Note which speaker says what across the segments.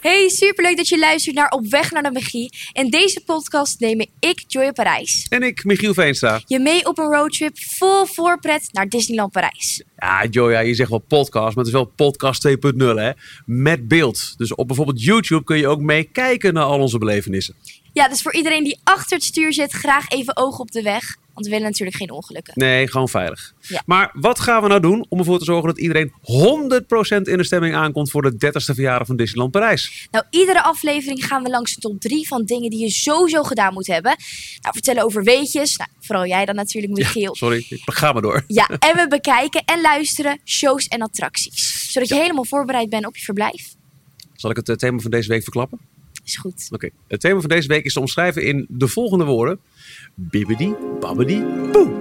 Speaker 1: Hey, superleuk dat je luistert naar Op Weg naar de Magie. In deze podcast nemen ik, Joy Parijs,
Speaker 2: En ik, Michiel Veenstra.
Speaker 1: je mee op een roadtrip vol voorpret naar Disneyland Parijs.
Speaker 2: Ja, Joja, je zegt wel podcast, maar het is wel podcast 2.0 hè. Met beeld. Dus op bijvoorbeeld YouTube kun je ook meekijken naar al onze belevenissen.
Speaker 1: Ja, dus voor iedereen die achter het stuur zit, graag even ogen op de weg. Want we willen natuurlijk geen ongelukken.
Speaker 2: Nee, gewoon veilig.
Speaker 1: Ja.
Speaker 2: Maar wat gaan we nou doen om ervoor te zorgen dat iedereen 100% in de stemming aankomt voor de 30ste verjaardag van Disneyland Parijs?
Speaker 1: Nou, iedere aflevering gaan we langs de top 3 van dingen die je sowieso gedaan moet hebben. Nou, vertellen over weetjes. Nou, vooral jij dan natuurlijk, Michiel.
Speaker 2: Sorry, ik ga maar door.
Speaker 1: Ja, en we bekijken en luisteren shows en attracties. Zodat je helemaal voorbereid bent op je verblijf.
Speaker 2: Zal ik het eh, thema van deze week verklappen?
Speaker 1: Is goed.
Speaker 2: Oké. Het thema van deze week is te omschrijven in de volgende woorden: Bibbidi, babbidi, boe.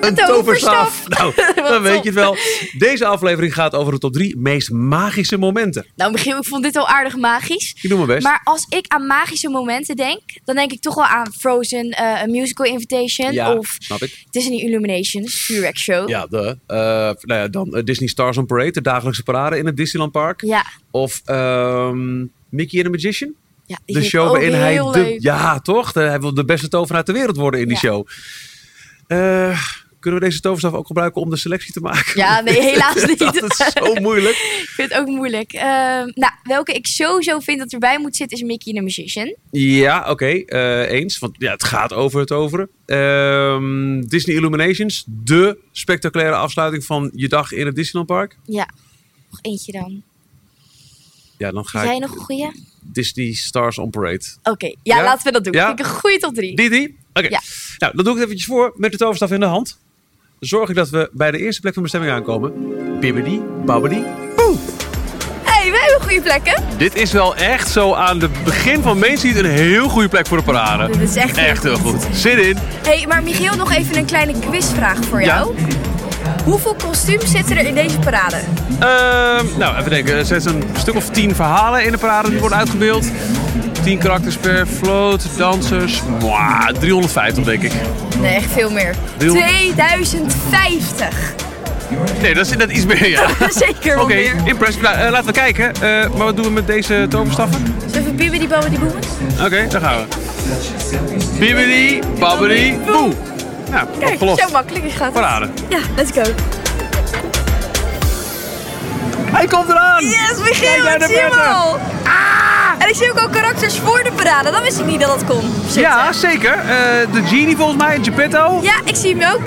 Speaker 2: Een
Speaker 1: toverstaf.
Speaker 2: Nou,
Speaker 1: Wat
Speaker 2: dan
Speaker 1: top.
Speaker 2: weet je het wel. Deze aflevering gaat over de top 3 meest magische momenten.
Speaker 1: Nou, Michiel, ik vond dit al aardig magisch.
Speaker 2: Ik doe mijn best.
Speaker 1: Maar als ik aan magische momenten denk, dan denk ik toch wel aan Frozen, eh, A Musical Invitation
Speaker 2: ja,
Speaker 1: of
Speaker 2: snap ik.
Speaker 1: Disney Illuminations, vuurwerkshow.
Speaker 2: Ja, de, eh, nou ja, dan eh, Disney Stars on Parade, de dagelijkse parade in het Disneyland Park.
Speaker 1: ja,
Speaker 2: Of ehm, Mickey and the Magician.
Speaker 1: ja die
Speaker 2: De
Speaker 1: vind
Speaker 2: show
Speaker 1: ik ook
Speaker 2: waarin hij
Speaker 1: heel
Speaker 2: de.
Speaker 1: leuk.
Speaker 2: Ja, toch? Hij wil de beste tovenaar ter wereld worden in die
Speaker 1: Ja.
Speaker 2: show. Eh, kunnen we deze toverstaf ook gebruiken om de selectie te maken?
Speaker 1: Ja, nee, helaas niet.
Speaker 2: Dat is zo moeilijk.
Speaker 1: ik vind het ook moeilijk. Ehm, nou, welke ik sowieso vind dat erbij moet zitten is Mickey and the Magician.
Speaker 2: Ja, oké, eh, eens. Want ja, het gaat over het toveren. Ehm, Disney Illuminations, de spectaculaire afsluiting van je dag in het Disneylandpark.
Speaker 1: Ja, nog eentje dan.
Speaker 2: Ja, dan ga
Speaker 1: Zijn jij
Speaker 2: Nou, ik
Speaker 1: nog een goeie?
Speaker 2: Disney Stars on Parade.
Speaker 1: Oké, ja,
Speaker 2: Ja?
Speaker 1: laten we dat doen.
Speaker 2: Ja?
Speaker 1: Vind ik een goede tot drie.
Speaker 2: Die, die? Oké.
Speaker 1: Ja.
Speaker 2: Nou, dan doe ik het eventjes voor met de toverstaf in de hand. Zorg ik dat we bij de eerste plek van bestemming aankomen. Bibbidi, babbidi, boe.
Speaker 1: hey, we hebben goede plekken.
Speaker 2: Dit is wel echt zo aan het begin van Main Street een heel goede plek voor de parade.
Speaker 1: Dit is echt heel
Speaker 2: echt heel
Speaker 1: goed.
Speaker 2: goed. Zin in.
Speaker 1: hey, maar Michiel, nog even een kleine quizvraag voor jou. Hoeveel kostuums zitten er in deze parade?
Speaker 2: Ehm, nou, even denken. Er zitten een stuk of tien verhalen in de parade die worden uitgebeeld. Tien karakters per float, dansers. Mwah, 350 denk ik.
Speaker 1: Nee, echt veel meer.
Speaker 2: Wil-
Speaker 1: 2050.
Speaker 2: Nee, dat is net iets meer, ja.
Speaker 1: Zeker wel
Speaker 2: Oké,
Speaker 1: meer.
Speaker 2: impressive. Nou, eh, laten we kijken. Eh, maar wat doen we met deze toverstaffen?
Speaker 1: Zullen we Even bieber die bomen die boemen.
Speaker 2: Oké, daar gaan we. Bibbidi, babbidi, boe. Nou,
Speaker 1: Kijk,
Speaker 2: opgelost.
Speaker 1: zo makkelijk is gaat. het.
Speaker 2: Parade.
Speaker 1: Ja, let's go.
Speaker 2: Hij komt eraan!
Speaker 1: Yes, Michiel,
Speaker 2: daar
Speaker 1: ik
Speaker 2: de Ah!
Speaker 1: zie hem
Speaker 2: petten.
Speaker 1: al. En ik zie ook al karakters voor de parade. Dan wist ik niet dat dat kon. zitten.
Speaker 2: Ja, zeker. Eh, de genie volgens mij, Geppetto.
Speaker 1: Ja, ik zie hem ook.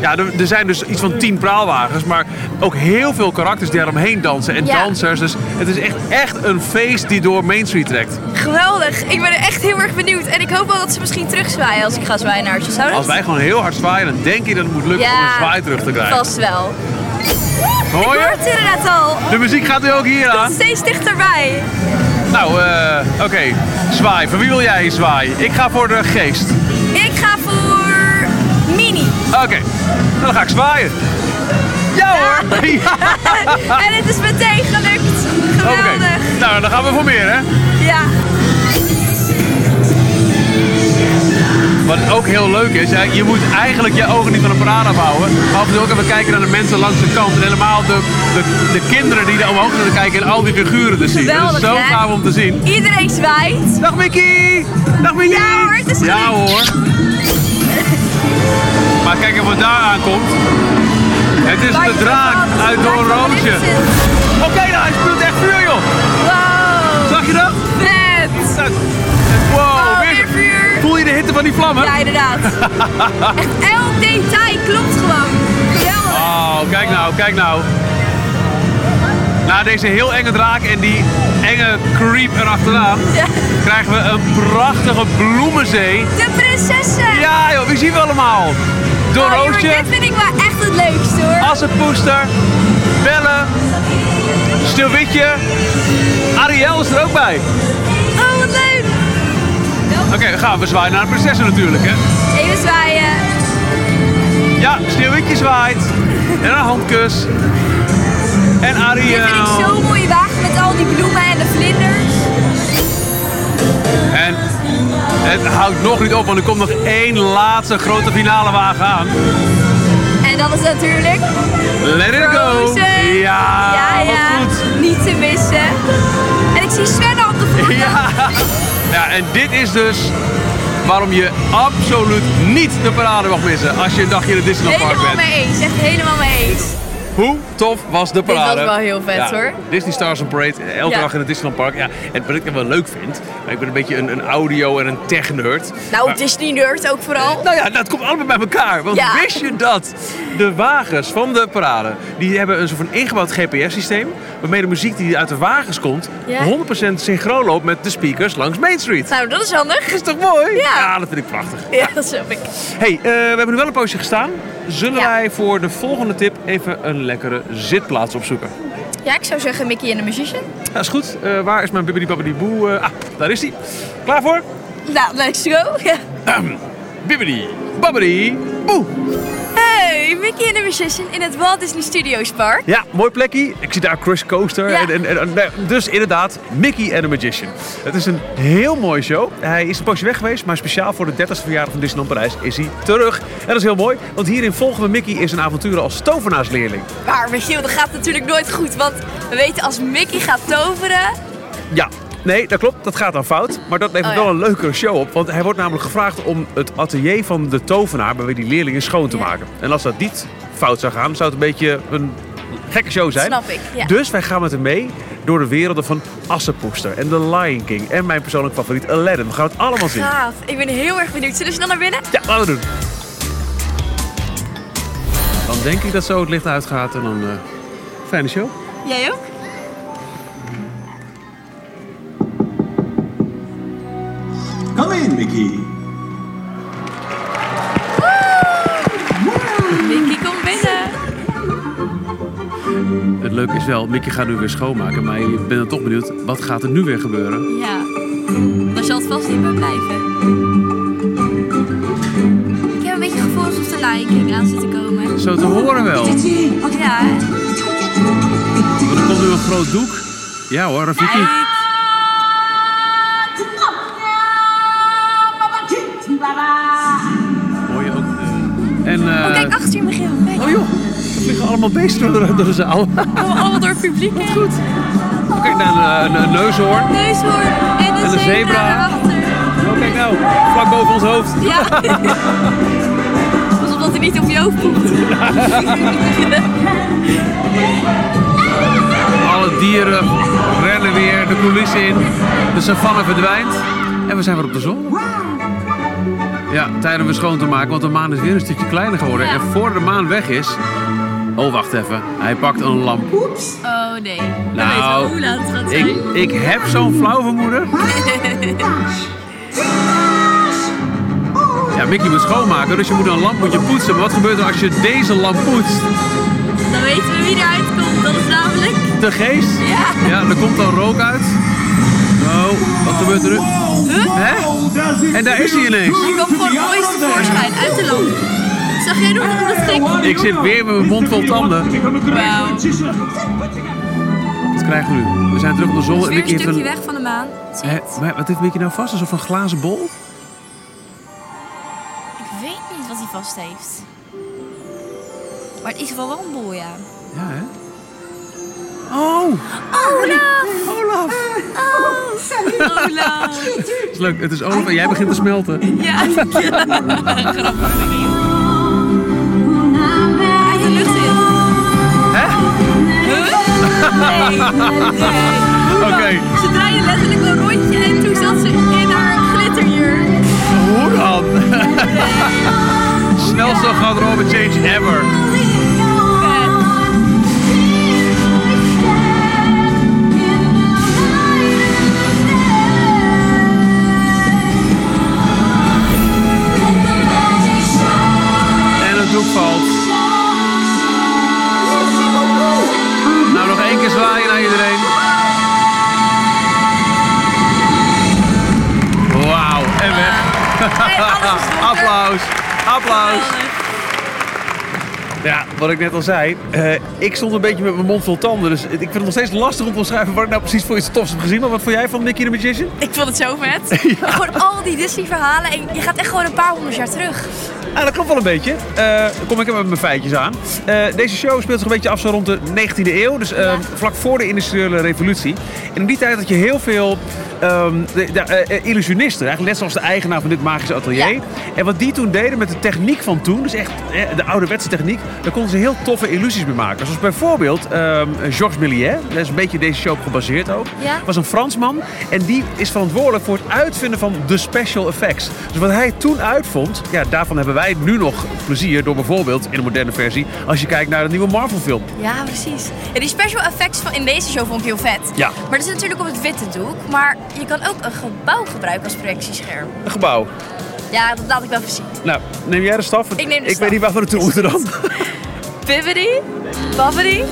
Speaker 2: Ja, er, er zijn dus iets van tien praalwagens, maar ook heel veel karakters die daaromheen dansen en
Speaker 1: Ja.
Speaker 2: dansers. Dus het is echt, echt een feest die door Main Street trekt.
Speaker 1: Geweldig. Ik ben er echt heel erg benieuwd. En ik hoop wel dat ze misschien terugzwaaien als ik ga zwaaien naar ze. Zou dat?
Speaker 2: Als wij gewoon heel hard zwaaien, dan denk je dat het moet lukken om een zwaai terug te krijgen.
Speaker 1: Vast wel.
Speaker 2: Hoor
Speaker 1: Ik
Speaker 2: je?
Speaker 1: hoor het inderdaad al.
Speaker 2: De muziek gaat nu ook hier aan.
Speaker 1: Steeds dichterbij.
Speaker 2: Nou, eh, oké. Zwaai. Van wie wil jij zwaaien? Ik ga voor de geest.
Speaker 1: Ik ga voor Mini.
Speaker 2: Oké, nou, dan ga ik zwaaien. Ja hoor! Ja.
Speaker 1: en het is meteen gelukt.
Speaker 2: Oké,
Speaker 1: Geweldig.
Speaker 2: nou dan gaan we voor meer hè.
Speaker 1: Ja.
Speaker 2: Wat ook heel leuk is, hè, je moet eigenlijk je ogen niet van een parade afhouden. Maar af en toe ook even kijken naar de mensen langs de kant. En helemaal de, de, de kinderen die er omhoog zitten kijken en al die figuren te zien. dat
Speaker 1: Geweldig,
Speaker 2: is zo
Speaker 1: hè?
Speaker 2: gaaf om te zien.
Speaker 1: Iedereen zwaait.
Speaker 2: Dag Mickey! Dag Mickey!
Speaker 1: Ja hoor, het is
Speaker 2: Ja
Speaker 1: gelukt.
Speaker 2: hoor. Maar kijk even wat daar aankomt. Het is de draak uit Don Roosje. Oké, nou hij spuurt echt vuur joh.
Speaker 1: Wow.
Speaker 2: Zag je dat?
Speaker 1: Vet.
Speaker 2: Wow,
Speaker 1: Oh,
Speaker 2: weer-
Speaker 1: weer vuur.
Speaker 2: Voel je de hitte van die vlammen?
Speaker 1: Ja, inderdaad. Echt elk detail klopt gewoon. Geweldig.
Speaker 2: Oh, kijk nou, kijk nou. Na deze heel enge draak en die enge creep erachteraan
Speaker 1: Ja.
Speaker 2: krijgen we een prachtige bloemenzee.
Speaker 1: De prinsessen.
Speaker 2: Ja joh, wie zien we allemaal?
Speaker 1: Oh, joh,
Speaker 2: Dorootje,
Speaker 1: dit vind ik wel echt het leukste hoor.
Speaker 2: Assenpoester, Belle, Stilwitje. Ariel is er ook bij. Ah.
Speaker 1: Oh, wat leuk.
Speaker 2: Oké, gaan we zwaaien naar de prinsessen natuurlijk hè.
Speaker 1: Even zwaaien.
Speaker 2: Ja, Sneeuwwitje zwaait. En een handkus. En
Speaker 1: Dit vind ik
Speaker 2: Ariel.
Speaker 1: zo'n mooie wagen met al die bloemen en de vlinders.
Speaker 2: En het houdt nog niet op, want er komt nog één laatste grote finale wagen aan.
Speaker 1: En dat is natuurlijk...
Speaker 2: Let it go!
Speaker 1: Frozen.
Speaker 2: Ja,
Speaker 1: ja,
Speaker 2: Ah, wat
Speaker 1: ja.
Speaker 2: goed.
Speaker 1: Niet te missen. En ik zie Sven
Speaker 2: en dit is dus waarom je absoluut niet de parade mag missen als je een dagje in het Disneyland Park
Speaker 1: Helemaal
Speaker 2: bent.
Speaker 1: mee eens. Echt helemaal mee eens.
Speaker 2: Hoe tof was de parade?
Speaker 1: was wel heel vet,
Speaker 2: Ja,
Speaker 1: hoor.
Speaker 2: Disney Stars and Parade, eh, elke
Speaker 1: Ja.
Speaker 2: dag in het Disneyland Park. Ja, en wat ik dan wel leuk vind, maar ik ben een beetje een, een audio- en een tech-nerd.
Speaker 1: Nou,
Speaker 2: Maar-
Speaker 1: Disney nerd ook vooral.
Speaker 2: nou ja, dat komt allemaal bij elkaar. Want
Speaker 1: Oh. Ja.
Speaker 2: wist je dat? De wagens van de parade, die hebben een soort van ingebouwd GPS-systeem. Waarmee de muziek die uit de wagens komt,
Speaker 1: Ja.
Speaker 2: 100% synchroon loopt met de speakers langs Main Street.
Speaker 1: Nou, dat is handig.
Speaker 2: Dat is toch mooi?
Speaker 1: Ja.
Speaker 2: dat vind ik prachtig.
Speaker 1: Ja, dat snap ik.
Speaker 2: hey, eh, we hebben nu wel een poosje gestaan. Zullen
Speaker 1: Ja.
Speaker 2: wij voor de volgende tip even een lekkere zitplaats opzoeken?
Speaker 1: Ja, ik zou zeggen Mickey en de Magician.
Speaker 2: Dat is goed. Eh, waar is mijn bibbidi babbidi boe? Eh, ah, daar is hij. Klaar voor?
Speaker 1: Nou, let's go. Ja.
Speaker 2: Bibbidi babbidi boe.
Speaker 1: Hey, Mickey en de Magician in het Walt Disney Studios Park.
Speaker 2: Ja, mooi plekje. Ik zie daar Crush Coaster.
Speaker 1: Ja.
Speaker 2: En, en, en- en- nee, dus inderdaad, Mickey and the Magician. Het is een heel mooie show. Hij is een poosje weg geweest, maar speciaal voor de 30ste verjaardag van Disneyland Parijs is hij terug. En dat is heel mooi, want hierin volgen we Mickey in zijn avonturen als tovenaarsleerling.
Speaker 1: Maar Michiel, dat gaat natuurlijk nooit goed. Want we weten als Mickey gaat toveren...
Speaker 2: Ja. Nee, dat klopt. Dat gaat dan fout. Maar dat levert
Speaker 1: Oh ja.
Speaker 2: wel een leukere show op. Want hij wordt namelijk gevraagd om het atelier van de tovenaar... bij wie die leerlingen schoon te
Speaker 1: Ja.
Speaker 2: maken. En als dat niet fout zou gaan, zou het een beetje een gekke show zijn.
Speaker 1: Snap ik, ja.
Speaker 2: Dus wij gaan met hem mee door de werelden van Assepoester en The Lion King... en mijn persoonlijk favoriet Aladdin. We gaan het allemaal zien.
Speaker 1: Gaaf. Ik ben heel erg benieuwd. Zullen ze dan naar binnen?
Speaker 2: Ja, laten we het doen. Dan denk ik dat zo het licht uitgaat en dan... eh, fijne show.
Speaker 1: Jij ook?
Speaker 3: Come in, Mickey.
Speaker 1: Mickey, kom binnen.
Speaker 2: Het leuke is wel, Mickey gaat nu weer schoonmaken... maar ik ben dan toch benieuwd, wat gaat er nu weer gebeuren?
Speaker 1: Ja. Daar zal het vast niet bij blijven. Ik heb een beetje gevoel alsof de Lion King aan zit te komen.
Speaker 2: Zo te horen wel.
Speaker 1: Ja, hè?
Speaker 2: Want er komt nu een groot doek. Ja hoor, Rafiki.
Speaker 1: Kijk.
Speaker 2: Hoor je ook. eh, En, eh,
Speaker 1: Oh, kijk achter je, Michiel. Kijk.
Speaker 2: oh joh, er vliegen allemaal beesten door de, door de zaal.
Speaker 1: Komen allemaal door het publiek heen.
Speaker 2: Goed. Oh, Kijk naar een, eh, een neushoorn.
Speaker 1: Neushoorn en een,
Speaker 2: En een zebra.
Speaker 1: daarachter.
Speaker 2: Oh, kijk nou, vlak boven ons hoofd.
Speaker 1: Ja. Alsof dat hij niet op je hoofd poept.
Speaker 2: Alle dieren rennen weer de coulissen in. De savanne verdwijnt. En we zijn weer op de zon. Ja, tijd om weer schoon te maken, want de maan is weer een stukje kleiner geworden.
Speaker 1: Ja.
Speaker 2: En voor de maan weg is... Oh, wacht even. Hij pakt een lamp.
Speaker 1: oh nee. We weten
Speaker 2: Nou,
Speaker 1: wel hoe laat het gaat zijn.
Speaker 2: Ik, ik heb zo'n flauw vermoeden. Ja, Mickey moet schoonmaken, dus je moet een lamp moet je poetsen. Maar wat gebeurt er als je deze lamp poetst?
Speaker 1: Dan weten we wie eruit komt. Dat is namelijk...
Speaker 2: De geest?
Speaker 1: Ja.
Speaker 2: Ja, er komt dan rook uit. Oh, wat gebeurt er nu? Hè? En daar is hij ineens.
Speaker 1: Hij kwam gewoon moois tevoorschijn uit de lamp. Zag jij nog hoe dat ging?
Speaker 2: Ik zit weer met mijn mond vol tanden.
Speaker 1: Wauw.
Speaker 2: Wat krijgen we nu? We zijn terug op de zon. en
Speaker 1: Weer
Speaker 2: Mickey
Speaker 1: een
Speaker 2: heeft
Speaker 1: stukje
Speaker 2: een...
Speaker 1: weg van de maan.
Speaker 2: Hè, maar wat heeft Mickey nou vast? Alsof een glazen bol?
Speaker 1: Ik weet niet wat hij vast heeft. Maar het is wel wel een boel, ja.
Speaker 2: Ja, hè? Oh,
Speaker 1: Olaf! Oh,
Speaker 2: Olaf! Oh,
Speaker 1: Olaf!
Speaker 2: Het is leuk, het is Olaf en jij begint te smelten.
Speaker 1: Ja, ja. grappig. Hij heeft de lucht in.
Speaker 2: Hè?
Speaker 1: Huh? Nee.
Speaker 2: Oké.
Speaker 1: Ze draaide letterlijk een rondje en toen zat ze in haar glitterjurk.
Speaker 2: Hoe dan? Snel zo gaat Robin Change ever.
Speaker 1: Vet.
Speaker 2: En het doek valt. Nou, nog één keer zwaaien naar iedereen. Wauw, en weg.
Speaker 1: Hey, alles is donker.
Speaker 2: Applaus, applaus.
Speaker 1: Geweldig.
Speaker 2: Ja, wat ik net al zei. eh, ik stond een beetje met mijn mond vol tanden. Dus ik vind het nog steeds lastig om te omschrijven wat ik nou precies voor iets tofs heb gezien. Maar wat vond jij van Nicky the Magician?
Speaker 1: Ik vond het zo vet. Gewoon al die Disney verhalen en je gaat echt gewoon een paar honderd jaar terug.
Speaker 2: Nou, dat klopt wel een beetje. Eh, dan kom ik even met mijn feitjes aan. Eh, deze show speelt zich een beetje af zo rond de 19e eeuw. Dus eh,
Speaker 1: Ja.
Speaker 2: vlak voor de industriële revolutie. En in die tijd had je heel veel ehm, de- de- eh, eh, illusionisten. Eigenlijk net zoals de eigenaar van dit magische atelier.
Speaker 1: Ja.
Speaker 2: En wat die toen deden met de techniek van toen. Dus echt eh, de ouderwetse techniek. Daar konden ze heel toffe illusies mee maken. Zoals bijvoorbeeld ehm, Georges Méliès. Daar is een beetje deze show op gebaseerd ook.
Speaker 1: Ja.
Speaker 2: Was was een Fransman en die is verantwoordelijk voor het uitvinden van de special effects. Dus wat hij toen uitvond, ja, daarvan hebben wij nu nog plezier door bijvoorbeeld in de moderne versie als je kijkt naar de nieuwe Marvel-film.
Speaker 1: Ja, precies. Ja, die special effects van in deze show vond ik heel vet.
Speaker 2: Ja.
Speaker 1: Maar dat is natuurlijk op het witte doek. Maar je kan ook een gebouw gebruiken als projectiescherm.
Speaker 2: Een gebouw.
Speaker 1: Ja, dat laat ik wel even zien.
Speaker 2: Nou, neem jij de staf? Want
Speaker 1: Ik neem de staf.
Speaker 2: weet niet waar we naartoe moeten dan.
Speaker 1: Bibbidi, babbidi.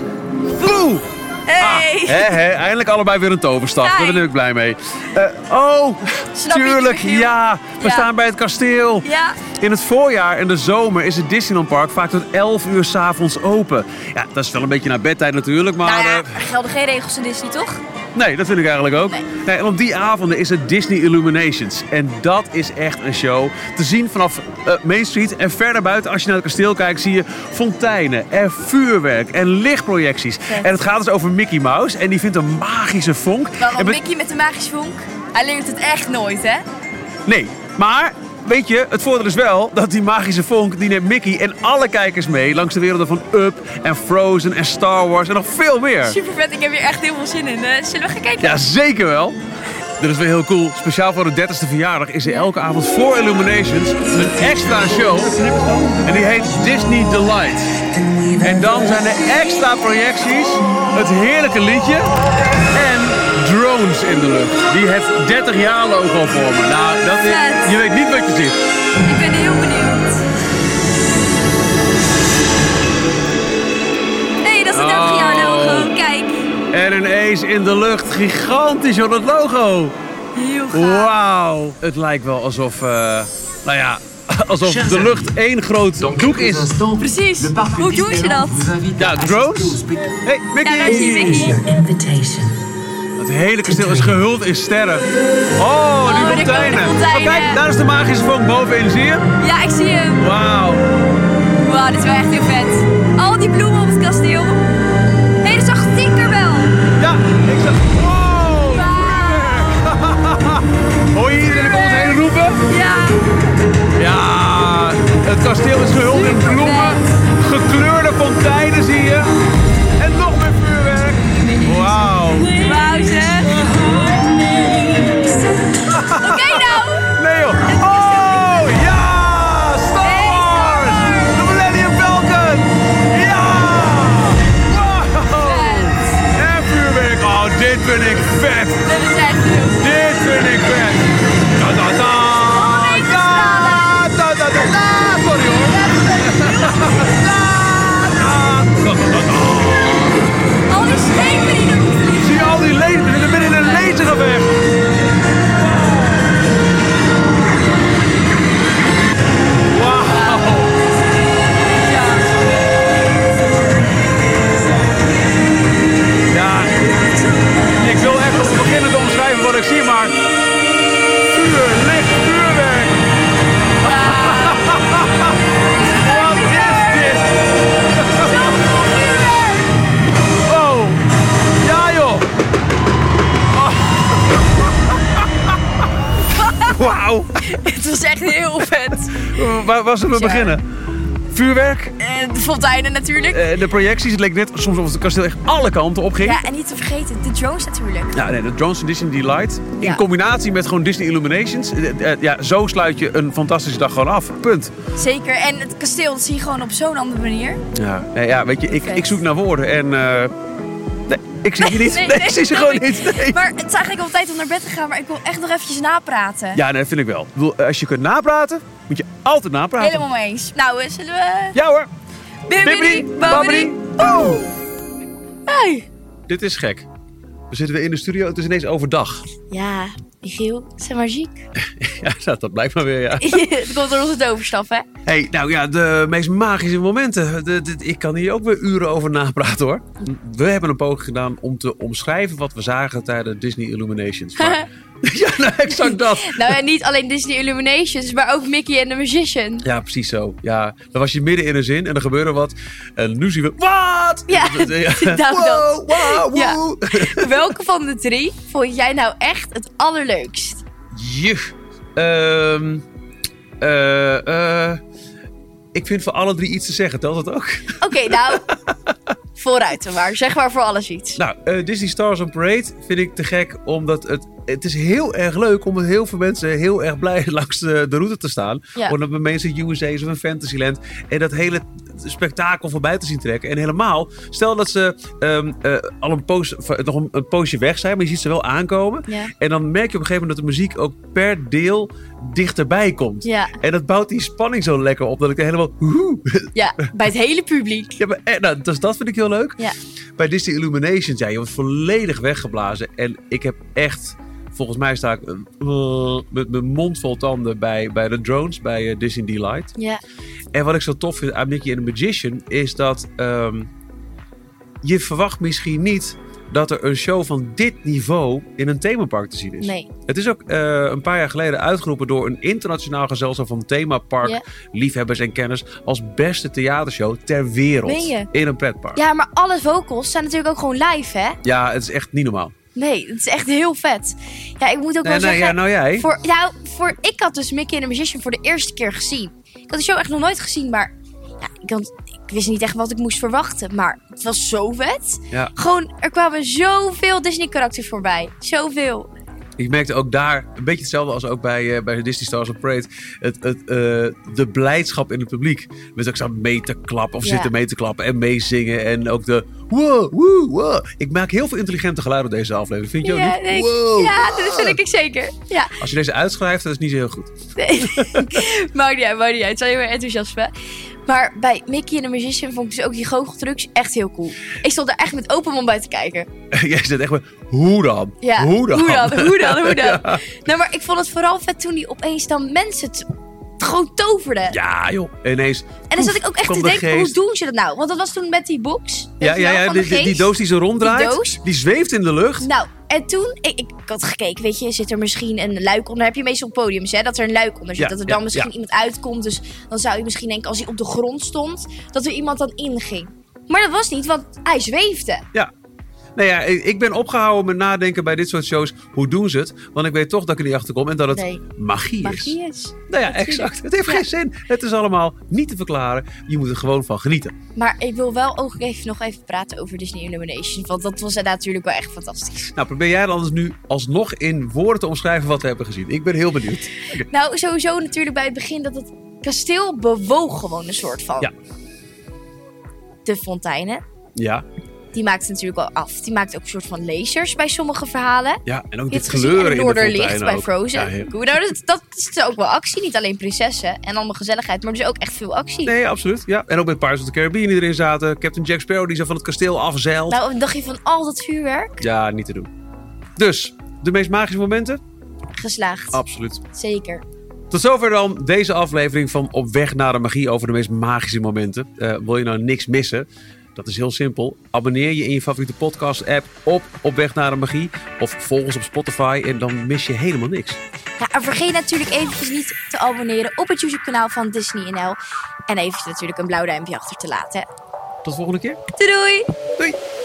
Speaker 2: Boe!
Speaker 1: Hey!
Speaker 2: Hè, hè, eindelijk allebei weer een toverstaf. Daar ben
Speaker 1: Kijk.
Speaker 2: ik blij mee. Eh, oh,
Speaker 1: Snap je het,
Speaker 2: tuurlijk,
Speaker 1: Michiel?
Speaker 2: ja. We
Speaker 1: Ja.
Speaker 2: staan bij het kasteel.
Speaker 1: Ja.
Speaker 2: In het voorjaar en de zomer is het Disneyland Park vaak tot 11 uur s'avonds open. Ja, dat is wel een beetje naar bedtijd natuurlijk, maar...
Speaker 1: nou ja,
Speaker 2: eh,
Speaker 1: er gelden geen regels in Disney, toch?
Speaker 2: Nee, dat vind ik eigenlijk ook.
Speaker 1: Nee.
Speaker 2: Nee, en op die avonden is het Disney Illuminations. En dat is echt een show. Te zien vanaf eh, Main Street en verder buiten, als je naar het kasteel kijkt, zie je fonteinen en vuurwerk en lichtprojecties.
Speaker 1: Vet.
Speaker 2: En het gaat dus over Mickey Mouse. En die vindt een magische vonk.
Speaker 1: Wel, want
Speaker 2: En met-
Speaker 1: Mickey met de magische vonk. Hij leert het echt nooit, hè?
Speaker 2: Nee, maar weet je, het voordeel is wel dat die magische vonk die neemt Mickey en alle kijkers mee langs de werelden van Up en Frozen en Star Wars en nog veel meer.
Speaker 1: Super vet, ik heb hier echt heel veel zin in. Eh, zullen we gaan kijken?
Speaker 2: Ja, zeker wel. Dit is weer heel cool. Speciaal voor de 30ste verjaardag is er elke avond voor Illuminations een extra show. En die heet Disney Delight. En dan zijn er extra projecties, het heerlijke liedje en drones in de lucht. Die het 30 jaar logo vormen. Nou, dat is, je weet niet wat je ziet.
Speaker 1: Ik ben heel benieuwd. Nee, dat is het 30 jaar
Speaker 2: Oh.
Speaker 1: logo. Kijk,
Speaker 2: En een ace in de lucht. Gigantisch hoor, dat logo.
Speaker 1: heel gaaf.
Speaker 2: Wauw. Het lijkt wel alsof, eh, nou ja, alsof de lucht één groot doek is.
Speaker 1: Precies. Hoe doen ze dat?
Speaker 2: Ja, drones. Hey,
Speaker 1: Ja, daar zie je
Speaker 2: Mickey.
Speaker 1: Mickey.
Speaker 2: Het hele kasteel is gehuld in sterren. Oh, die
Speaker 1: Oh, daar komen
Speaker 2: fonteinen.
Speaker 1: de
Speaker 2: Oh,
Speaker 1: fonteinen.
Speaker 2: kijk, daar is de magische vonk bovenin, zie je?
Speaker 1: Ja, ik zie hem.
Speaker 2: Wauw.
Speaker 1: Wauw, dit is wel echt heel vet. Al die bloemen op het kasteel. Hé, hey, dat zag Tinkerbell.
Speaker 2: Ja, ik zag... Wow. Hoor je iedereen om ons heen roepen?
Speaker 1: Ja,
Speaker 2: Ja, het kasteel is gehuld in bloemen. Gekleurde fonteinen zie je. En nog meer vuurwerk. Wauw.
Speaker 1: wauw zeg. Oké nou.
Speaker 2: Nee joh. Oh, ja! Star
Speaker 1: Hey, Star
Speaker 2: Wars! De Millennium Falcon! Ja! Wow! En vuurwerk. Oh, dit vind ik vet.
Speaker 1: Dat is echt heel
Speaker 2: Dit vind ik vet. Da da da. Da da da da da. Sorry hoor. Da, da, da, da.
Speaker 1: Al die schepen die er moeten vliegen.
Speaker 2: Zie je al die leden? We zitten midden in een lezengevecht. Wauw. Ja, ik wil echt beginnen te omschrijven wat ik zie, maar... Vuur, licht, vuurwerk. Wat is dit? Oh, ja joh. Oh. Wauw.
Speaker 1: Het was echt heel vet.
Speaker 2: Eh, Waar, waar zullen we
Speaker 1: Bizar.
Speaker 2: beginnen? Vuurwerk,
Speaker 1: En de fonteinen natuurlijk.
Speaker 2: eh, de projecties. Het leek net soms alsof het kasteel echt alle kanten op ging.
Speaker 1: Ja, en niet te vergeten, de drones natuurlijk.
Speaker 2: Ja, nee, de Drones Disney Delight. In
Speaker 1: Ja.
Speaker 2: combinatie met gewoon Disney Illuminations. Eh, eh, Ja, zo sluit je een fantastische dag gewoon af. Punt.
Speaker 1: Zeker. En het kasteel, dat zie je gewoon op zo'n andere manier.
Speaker 2: Ja, nee, ja weet je, ik,
Speaker 1: Vet.
Speaker 2: ik zoek naar woorden en... eh, nee, ik zie je niet. Nee, ik zie ze
Speaker 1: snap
Speaker 2: gewoon
Speaker 1: ik.
Speaker 2: niet. Nee.
Speaker 1: Maar het is eigenlijk al tijd om naar bed te gaan, maar ik wil echt nog eventjes napraten.
Speaker 2: Ja, nee, dat vind ik wel. Ik bedoel, Als je kunt napraten, moet je altijd napraten.
Speaker 1: Helemaal mee eens. Nou, eh, zullen we...
Speaker 2: Ja hoor.
Speaker 1: Bibbidi,
Speaker 2: Bibbidi,
Speaker 1: babbidi,
Speaker 2: boe.
Speaker 1: hey.
Speaker 2: Dit is gek. We zitten weer in de studio. Het is ineens overdag.
Speaker 1: Ja, Michiel, ze magiek.
Speaker 2: Ja, dat, dat blijkt maar weer, ja.
Speaker 1: het komt door onze toverstaf, hè?
Speaker 2: hey, nou ja, de meest magische momenten. De- de- ik kan hier ook weer uren over napraten, hoor. We hebben een poging gedaan om te omschrijven wat we zagen tijdens Disney Illuminations. Maar ja, nou, exact dat.
Speaker 1: Nou ja, niet alleen Disney Illuminations, maar ook Mickey and the Magician.
Speaker 2: Ja, precies zo. Ja, dan was je midden in een zin en er gebeurde wat. En nu zien we, wat?
Speaker 1: Ja, nou dat.
Speaker 2: wow, wow,
Speaker 1: Ja.
Speaker 2: woe.
Speaker 1: Welke van de drie vond jij nou echt het allerleukst?
Speaker 2: Juf. Ehm, eh, eh, ik vind voor alle drie iets te zeggen, telt dat ook?
Speaker 1: Oké, nou, vooruit dan maar. Zeg maar voor alles iets.
Speaker 2: Nou, eh, Disney Stars on Parade vind ik te gek, omdat het... Het is heel erg leuk om met heel veel mensen heel erg blij langs eh, de, de route te staan.
Speaker 1: Ja.
Speaker 2: Om bij mensen USA's of een Fantasyland. En dat hele spektakel voorbij te zien trekken. En helemaal, stel dat ze ehm, eh, al een poos, va- nog een, een poosje weg zijn, maar je ziet ze wel aankomen.
Speaker 1: Ja.
Speaker 2: En dan merk je op een gegeven moment dat de muziek ook per deel dichterbij komt.
Speaker 1: Ja.
Speaker 2: En dat bouwt die spanning zo lekker op, dat ik er helemaal... Woehoe,
Speaker 1: Ja, bij het hele publiek.
Speaker 2: ja, maar, eh, nou, dus dat vind ik heel leuk.
Speaker 1: Ja.
Speaker 2: Bij Disney Illuminations, ja, je wordt volledig weggeblazen. En ik heb echt, volgens mij sta ik eh, met mijn mond vol tanden bij, bij de drones, bij eh, Disney Delight.
Speaker 1: Ja,
Speaker 2: En wat ik zo tof vind aan Mickey and the Magician, is dat ehm, je verwacht misschien niet dat er een show van dit niveau in een themapark te zien is.
Speaker 1: nee.
Speaker 2: Het is ook eh, een paar jaar geleden uitgeroepen door een internationaal gezelschap van themapark,
Speaker 1: Ja.
Speaker 2: liefhebbers en kenners als beste theatershow ter wereld
Speaker 1: Meen je?
Speaker 2: in een pretpark.
Speaker 1: Ja, maar alle vocals zijn natuurlijk ook gewoon live, hè?
Speaker 2: Ja, het is echt niet normaal.
Speaker 1: Nee, het is echt heel vet. Ja, ik moet ook wel
Speaker 2: nee,
Speaker 1: zeggen...
Speaker 2: ja, nou jij.
Speaker 1: Voor, nou, voor, ik had dus Mickey and the Magician voor de eerste keer gezien. Ik had de show echt nog nooit gezien, maar ja, ik, had- ik wist niet echt wat ik moest verwachten. Maar het was zo vet.
Speaker 2: Ja,
Speaker 1: Gewoon, er kwamen zoveel Disney-karakters voorbij. Zoveel.
Speaker 2: ik merkte ook daar een beetje hetzelfde als ook bij, eh, bij de Disney Stars on Parade. Het, het, eh, de blijdschap in het publiek. Met ook zo mee te klappen of
Speaker 1: Ja.
Speaker 2: zitten mee te klappen en meezingen. En ook de wow, wow, wow. Ik maak heel veel intelligente geluiden op deze aflevering. Vind je ook
Speaker 1: ja,
Speaker 2: niet?
Speaker 1: nee, ik-
Speaker 2: Wow,
Speaker 1: ja, dus-
Speaker 2: wow.
Speaker 1: dat vind ik zeker. Ja,
Speaker 2: Als je deze uitschrijft, dat is niet zo heel goed.
Speaker 1: nee. maakt niet uit, maakt niet uit. Het zijn heel erg enthousiasme. Maar bij Mickey and the Magician vond ik dus ook die goocheltrucs echt heel cool. Ik stond er echt met open mond bij te kijken.
Speaker 2: Jij zit echt met, hoe dan?
Speaker 1: Ja.
Speaker 2: Hoe dan?
Speaker 1: Hoe dan? Hoe dan? Hoe dan? Nou, maar ik vond het vooral vet toen die opeens dan mensen t- gewoon toverde.
Speaker 2: Ja, joh. Ineens.
Speaker 1: en dan zat ik ook echt te
Speaker 2: kwam de
Speaker 1: denken,
Speaker 2: geest.
Speaker 1: hoe doen ze dat nou? Want dat was toen met die box. weet
Speaker 2: Ja,
Speaker 1: je
Speaker 2: ja,
Speaker 1: wel,
Speaker 2: ja
Speaker 1: van de
Speaker 2: die, die- die
Speaker 1: geest.
Speaker 2: doos die ze ronddraait,
Speaker 1: Die doos.
Speaker 2: zweeft in de lucht.
Speaker 1: Nou, en toen, ik, ik had gekeken, weet je, zit er misschien een luik onder? Heb je meestal op podiums, hè, dat er een luik onder zit.
Speaker 2: Ja,
Speaker 1: dat er
Speaker 2: ja,
Speaker 1: dan misschien
Speaker 2: ja.
Speaker 1: iemand uitkomt. Dus dan zou je misschien denken, als hij op de grond stond, dat er iemand dan inging. Maar dat was niet, want hij zweefde.
Speaker 2: Ja. Nou ja, ik ik ben opgehouden met nadenken bij dit soort shows. Hoe doen ze het? Want ik weet toch dat ik er niet achter kom en dat het
Speaker 1: Nee.
Speaker 2: magie, is.
Speaker 1: Magie is.
Speaker 2: Nou ja,
Speaker 1: Natuurlijk.
Speaker 2: exact. Het heeft
Speaker 1: Ja.
Speaker 2: geen zin. Het is allemaal niet te verklaren. Je moet er gewoon van genieten.
Speaker 1: Maar ik wil wel ook even, nog even praten over Disney Illumination. Want dat was natuurlijk wel echt fantastisch.
Speaker 2: Nou, probeer jij dan anders nu alsnog in woorden te omschrijven wat we hebben gezien. Ik ben heel benieuwd.
Speaker 1: Nou, sowieso natuurlijk bij het begin dat het kasteel bewoog gewoon een soort van.
Speaker 2: Ja.
Speaker 1: De fonteinen.
Speaker 2: Ja,
Speaker 1: Die maakt het natuurlijk wel af. Die maakt ook een soort van lasers bij sommige verhalen.
Speaker 2: ja. en ook
Speaker 1: Je
Speaker 2: de
Speaker 1: hebt gezien in
Speaker 2: kleuren in de
Speaker 1: Noorderlicht
Speaker 2: fonteinen
Speaker 1: bij
Speaker 2: ook.
Speaker 1: Frozen.
Speaker 2: Ja, ja.
Speaker 1: Goed, nou, dat, dat is ook wel actie. Niet alleen prinsessen en allemaal gezelligheid, maar dus ook echt veel actie.
Speaker 2: Nee, absoluut. Ja. En ook met Pirates of the Caribbean die erin zaten. Captain Jack Sparrow die zo van het kasteel afzeilt.
Speaker 1: Nou, dan dacht je van al dat vuurwerk?
Speaker 2: Ja, niet te doen. Dus, de meest magische momenten?
Speaker 1: Geslaagd.
Speaker 2: Absoluut.
Speaker 1: Zeker.
Speaker 2: Tot zover dan deze aflevering van Op Weg naar de Magie over de meest magische momenten. Eh, wil je nou niks missen? Dat is heel simpel. Abonneer je in je favoriete podcast-app op Op Weg naar de Magie. Of volg ons op Spotify en dan mis je helemaal niks.
Speaker 1: Ja, Nou, en vergeet natuurlijk eventjes niet te abonneren op het YouTube-kanaal van Disney NL. En eventjes natuurlijk een blauw duimpje achter te laten.
Speaker 2: Tot de volgende keer.
Speaker 1: Doei doei!
Speaker 2: Doei!